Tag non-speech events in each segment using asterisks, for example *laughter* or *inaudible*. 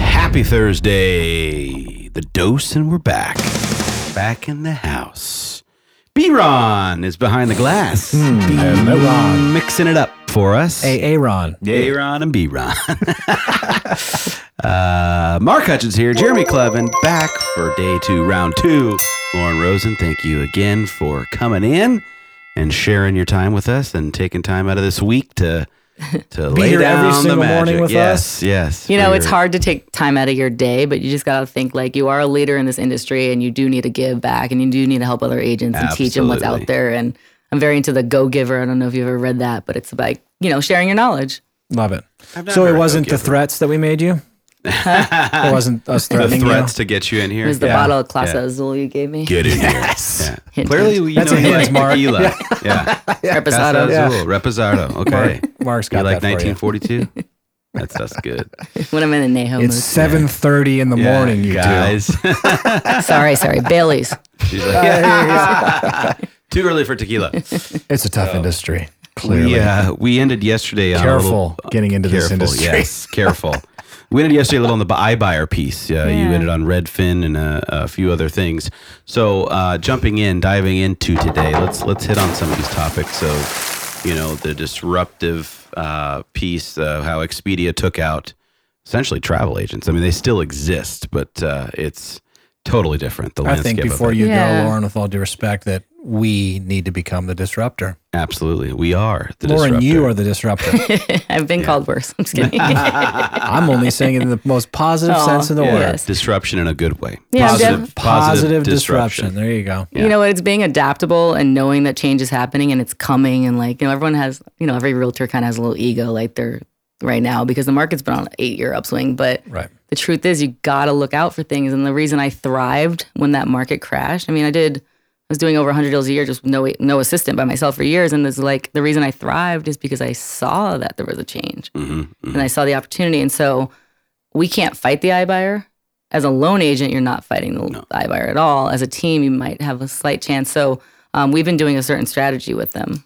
Happy Thursday, the dose, and we're back, back in the house. B-Ron is behind the *laughs* glass, Hmm. Hello, Ron. mixing it up for us. Hey, Aaron. A-Ron and B-Ron. *laughs* uh, Mark Hutchins here, Jeremy Clevin, back for day two, round two. Lauren Rosen, thank you again for coming in and sharing your time with us and taking time out of this week to *laughs* to lay here down every the single magic. morning with yes, yes. You know, for it's your- hard to take time out of your day, but you just got to think like you are a leader in this industry and you do need to give back and you do need to help other agents and teach them what's Absolutely. out there. And I'm very into the Go Giver. I don't know if you've ever read that, but it's about, you know, sharing your knowledge. Love it. I've not So heard it of wasn't the Giver. threats that we *laughs* made you? it wasn't us The threatening threats to get you in here. It was the Yeah. bottle of Class Yeah. Azul you gave me. Get in here. Yeah. Hint, Clearly, hint. you That's know a you hint, like Mark. tequila. *laughs* Yeah. Reposado. Yeah. Azul, Reposado. Okay. you. Mark's You got like that for you. *laughs* 1942? That's that's good. *laughs* when I'm in the Neho It's mood. 7.30 in the Yeah, *laughs* morning, you guys. guys. *laughs* sorry, sorry. Bailey's. *laughs* She's like, "Yeah." *laughs* too early for tequila. It's a tough industry, clearly. We, uh, we ended yesterday on a little, Careful getting into this careful, industry. yes, careful. We ended yesterday a little on the bu- iBuyer piece. Uh, You Yeah. ended on Redfin and a, a few other things. So uh, jumping in, diving into today, let's let's hit on some of these topics. So, you know, the disruptive uh, piece, uh, how Expedia took out essentially travel agents. I mean, they still exist, but uh, it's totally different. The *laughs* I landscape think of before it. you Yeah. go, Lauren, with all due respect, that we need to become the disruptor. absolutely we are the Lauren, disruptor. you are the disruptor. *laughs* I've been called worse. I'm just kidding. yeah, I'm only saying it in the most positive Aw, sense of the yeah. word. Yes. disruption in a good way. Yeah, Positive, positive disruption. There you go. You know, it's being adaptable and knowing that change is happening and it's coming. And like, you know, everyone has, you know, every realtor kind of has a little ego like they're right now because the market's been on an eight year upswing. But Right. the truth is, you got to look out for things. And the reason I thrived when that market crashed, I mean, I did, I was doing over 100 deals a year, just with no, no assistant by myself for years. And it's like, the reason I thrived is because I saw that there was a change Mm-hmm. and I saw the opportunity. And so we can't fight the iBuyer. As a loan agent, you're not fighting the iBuyer at all. As a team, you might have a slight chance. So um, we've been doing a certain strategy with them.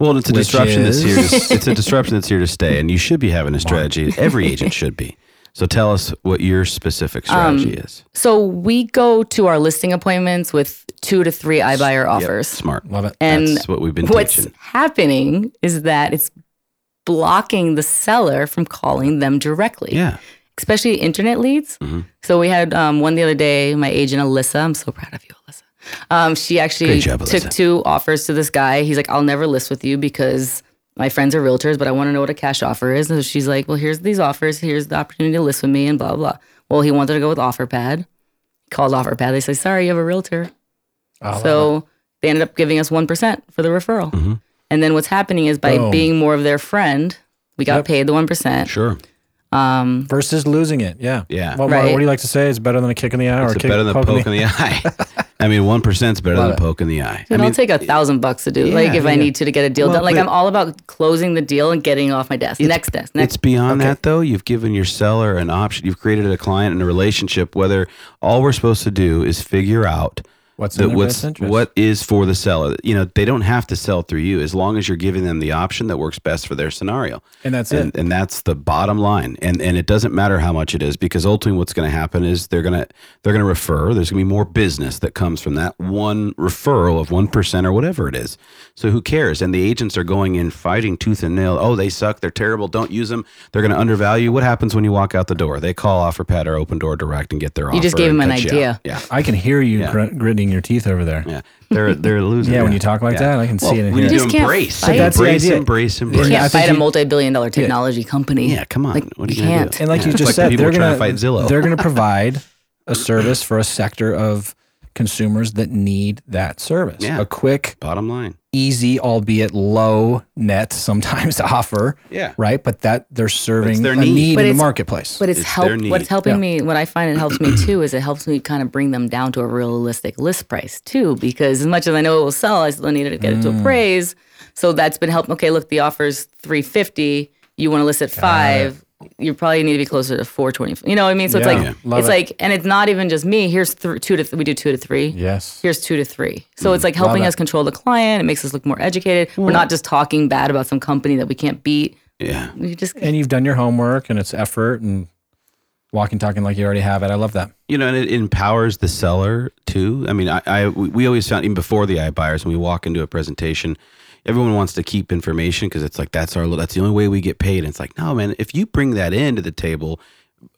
Well, it's a Which disruption that's here. is- To, it's a disruption that's here to stay, and you should be having a strategy. Every agent should be. So tell us what your specific Um, strategy is. So we go to our listing appointments with two to three iBuyer offers. Smart. Love it. And that's what we've been what's teaching. happening is that it's blocking the seller from calling them directly. Yeah. especially internet leads. Mhm. So we had um, one the other day. My agent Alyssa, I'm so proud of you, Alyssa. Um, she actually Great job, took Alyssa. two offers to this guy. He's like, "I'll never list with you because my friends are realtors, but I want to know what a cash offer is." And so she's like, "Well, here's these offers. Here's the opportunity to list with me," and blah blah. blah. Well, he wanted to go with OfferPad. Called OfferPad. They say, "Sorry, you have a realtor." I love it. so they ended up giving us one percent for the referral. Mhm. And then what's happening is by Boom. being more of their friend, we got Yep. paid the one percent. Sure. Um, versus losing it. Yeah. Yeah. What, Right. what do you like to say? It's better than a kick in the eye or It's a a kick, better than a poke in the- poke in the eye. I mean, one percent's better than a Love poke in the eye. I Dude, I mean, will take a thousand bucks to do. yeah, like if I yeah. need to to get a deal Well, done. Like but- I'm all about closing the deal and getting it off my desk. Next desk. Next. It's beyond that though. You've given your seller an option. You've created a client and a relationship. Whether all we're supposed to do is figure out What's in the, their what's best interest? what is for the seller. You know, they don't have to sell through you as long as you're giving them the option that works best for their scenario. And that's and, it. and that's the bottom line. And and it doesn't matter how much it is because ultimately what's going to happen is they're going to they're going to refer. There's going to be more business that comes from that one referral of one percent or whatever it is. So who cares? And the agents are going in fighting tooth and nail. Oh, they suck. They're terrible. Don't use them. They're going to undervalue. What happens when you walk out the door? They call OfferPad or Open Door Direct and get their offer. You just gave and them an cut you idea. out. Yeah, I can hear you gr- gritting your teeth over there. Yeah, yeah. They're *laughs* they're losing. when you talk like Yeah. that, I can Well, see it in we need here. just to can't embrace, fight. That's the embrace, idea. embrace, Yeah, embrace. I Yeah, think fight a you- multi-billion dollar technology company. Yeah, come on. Like, what are you, you gonna can't. do? And like Yeah. you It's just the said, people they're who are gonna trying to fight Zillow. *laughs* they're gonna provide a service for a sector of consumers that need that service. Yeah. A quick, Bottom line. easy, albeit low net sometimes *laughs* to offer. Yeah. Right, but that they're serving their a need. need But in the it's- marketplace. But it's, It's help. their need. What's helping Yeah. me, what I find it helps me too, is it helps me kind of bring them down to a realistic list price too. Because as much as I know it will sell, I still needed to get it Mm. to appraise. So that's been helping. Okay, look, the offer's three fifty. You want to list at five. You probably need to be closer to four twenty. You know what I mean? So it's Yeah. like Yeah. Love it's it. like, and it's not even just me. Here's th- two to th- we do two to three. yes. here's two to three. Mm. So it's like helping that. us control the client. It makes us look more educated. We're not just talking bad about some company that we can't beat. Yeah. You just and you've done your homework and it's effort and walking talking like you already have it i love that you know, and it empowers the seller too. I mean, I, I we we always found even before the iBuyers when we walk into a presentation, everyone wants to keep information because it's like that's our that's the only way we get paid. And it's like, no, man, if you bring that into the table,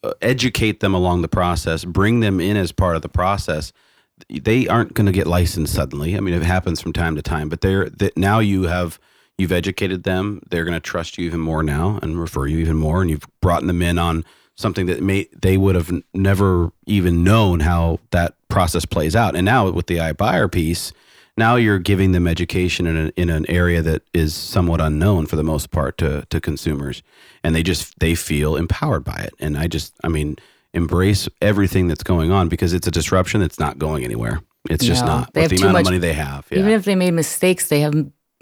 uh, educate them along the process, bring them in as part of the process. They aren't going to get licensed suddenly. I mean, it happens from time to time, but they're that now you have you've educated them. They're going to trust you even more now and refer you even more, and you've brought them in on something that may they would have n- never even known how that process plays out. And now with the iBuyer piece, now you're giving them education in an, in an area that is somewhat unknown for the most part to to consumers, and they just they feel empowered by it. And I just I mean embrace everything that's going on because it's a disruption that's not going anywhere. It's just No, not they with have the too amount of much- money they have. Yeah. even if they made mistakes, they have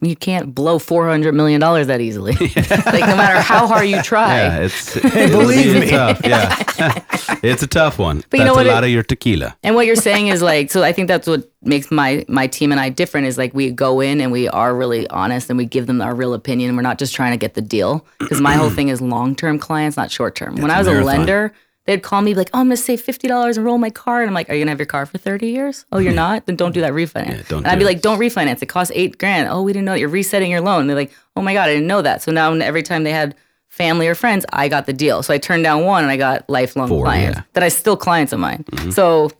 you can't blow four hundred million dollars that easily. *laughs* like no matter how hard you try. *laughs* Yeah, it's it's Believe me. tough. Yeah, *laughs* it's a tough one. But That's you know a what it- lot of your tequila. And what you're saying is like, so I think that's what makes my my team and I different is like we go in and we are really honest and we give them our real opinion. We're not just trying to get the deal because my whole thing is long term clients, not short term. When I was a a marathon. lender, they'd call me be like, "Oh, I'm gonna save fifty dollars and roll my car," and I'm like, "Are you gonna have your car for thirty years? Oh, you're not? Then don't do that refinance." Hmm. don't and I'd do be it. like, "Don't refinance. It costs eight grand. Oh, we didn't know that. you're resetting your loan." And they're like, "Oh my god, I didn't know that." So now every time they had family or friends, I got the deal. So I turned down one and I got lifelong Four, clients yeah. Mm-hmm. that I still clients of mine. So,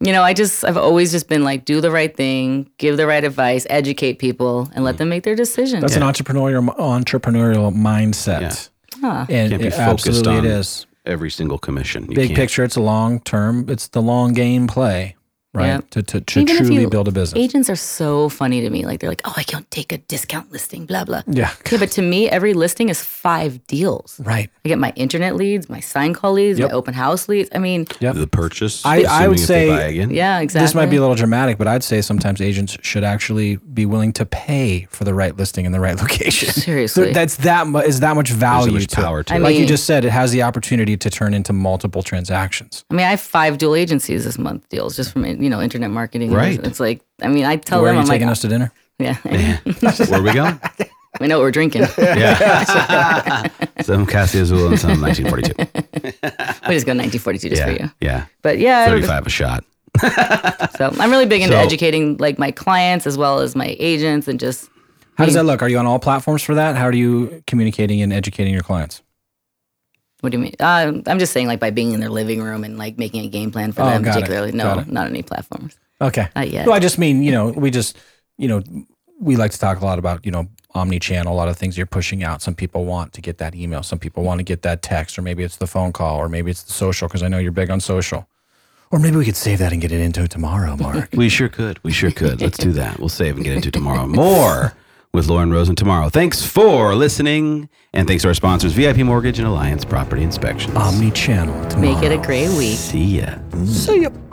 you know, I just I've always just been like, do the right thing, give the right advice, educate people, and let them make their decisions. Mm. that's an entrepreneurial entrepreneurial mindset Huh. and Can't be it- focused absolutely on it is Every single commission. You big can't- picture it's a long term it's the long game play right Yep. to, to, to Even if truly you- build a business Agents are so funny to me. Like they're like, oh, I can't take a discount listing, blah blah. yeah Okay, but to me, every listing is five deals. right I get my internet leads, my sign call leads, Yep. my open house leads. I mean, Yep. The purchase. I- I would assuming if say- they buy again. yeah, exactly. This might be a little dramatic, but I'd say sometimes agents should actually be willing to pay for the right listing in the right *laughs* location. Seriously. So that's that mu- is that much There's so value much to it. power to I it. Like you mean- just said, it has the opportunity to turn into multiple transactions. I mean, I have five dual agencies this month deals just from you know internet marketing. Right. It's like, I mean, I tell Where them, are you I'm like, taking us to dinner? yeah, *laughs* Where we going? we know what we're *laughs* drinking. Yeah. *laughs* some Casio Azul and *laughs* some 1942. we just go 1942 just for Yeah. you. Yeah. But yeah, I don't- 35 a shot. so I'm really big into So- educating like my clients as well as my agents and just How does that look? Are you on all platforms for that? How are you communicating and educating your clients? what do you mean? Uh, I'm just saying like by being in their living room and like making a game plan for Oh, them got it. particularly. No, Got it. not on any platforms. Okay. Not yet. No, I just mean, you know, we just, you know, we like to talk a lot about, you know, omni-channel, a lot of things you're pushing out. Some people want to get that email. Some people want to get that text, or maybe it's the phone call, or maybe it's the social, because I know you're big on social. Or maybe we could save that and get it into *laughs* tomorrow, Mark. We sure could. We sure could. Let's do that. We'll save and get into *laughs* tomorrow. More with Lauren Rosen tomorrow. Thanks for listening. And thanks to our sponsors, VIP Mortgage and Alliance Property Inspections. omni-channel tomorrow. Make it a great week. See ya. See ya.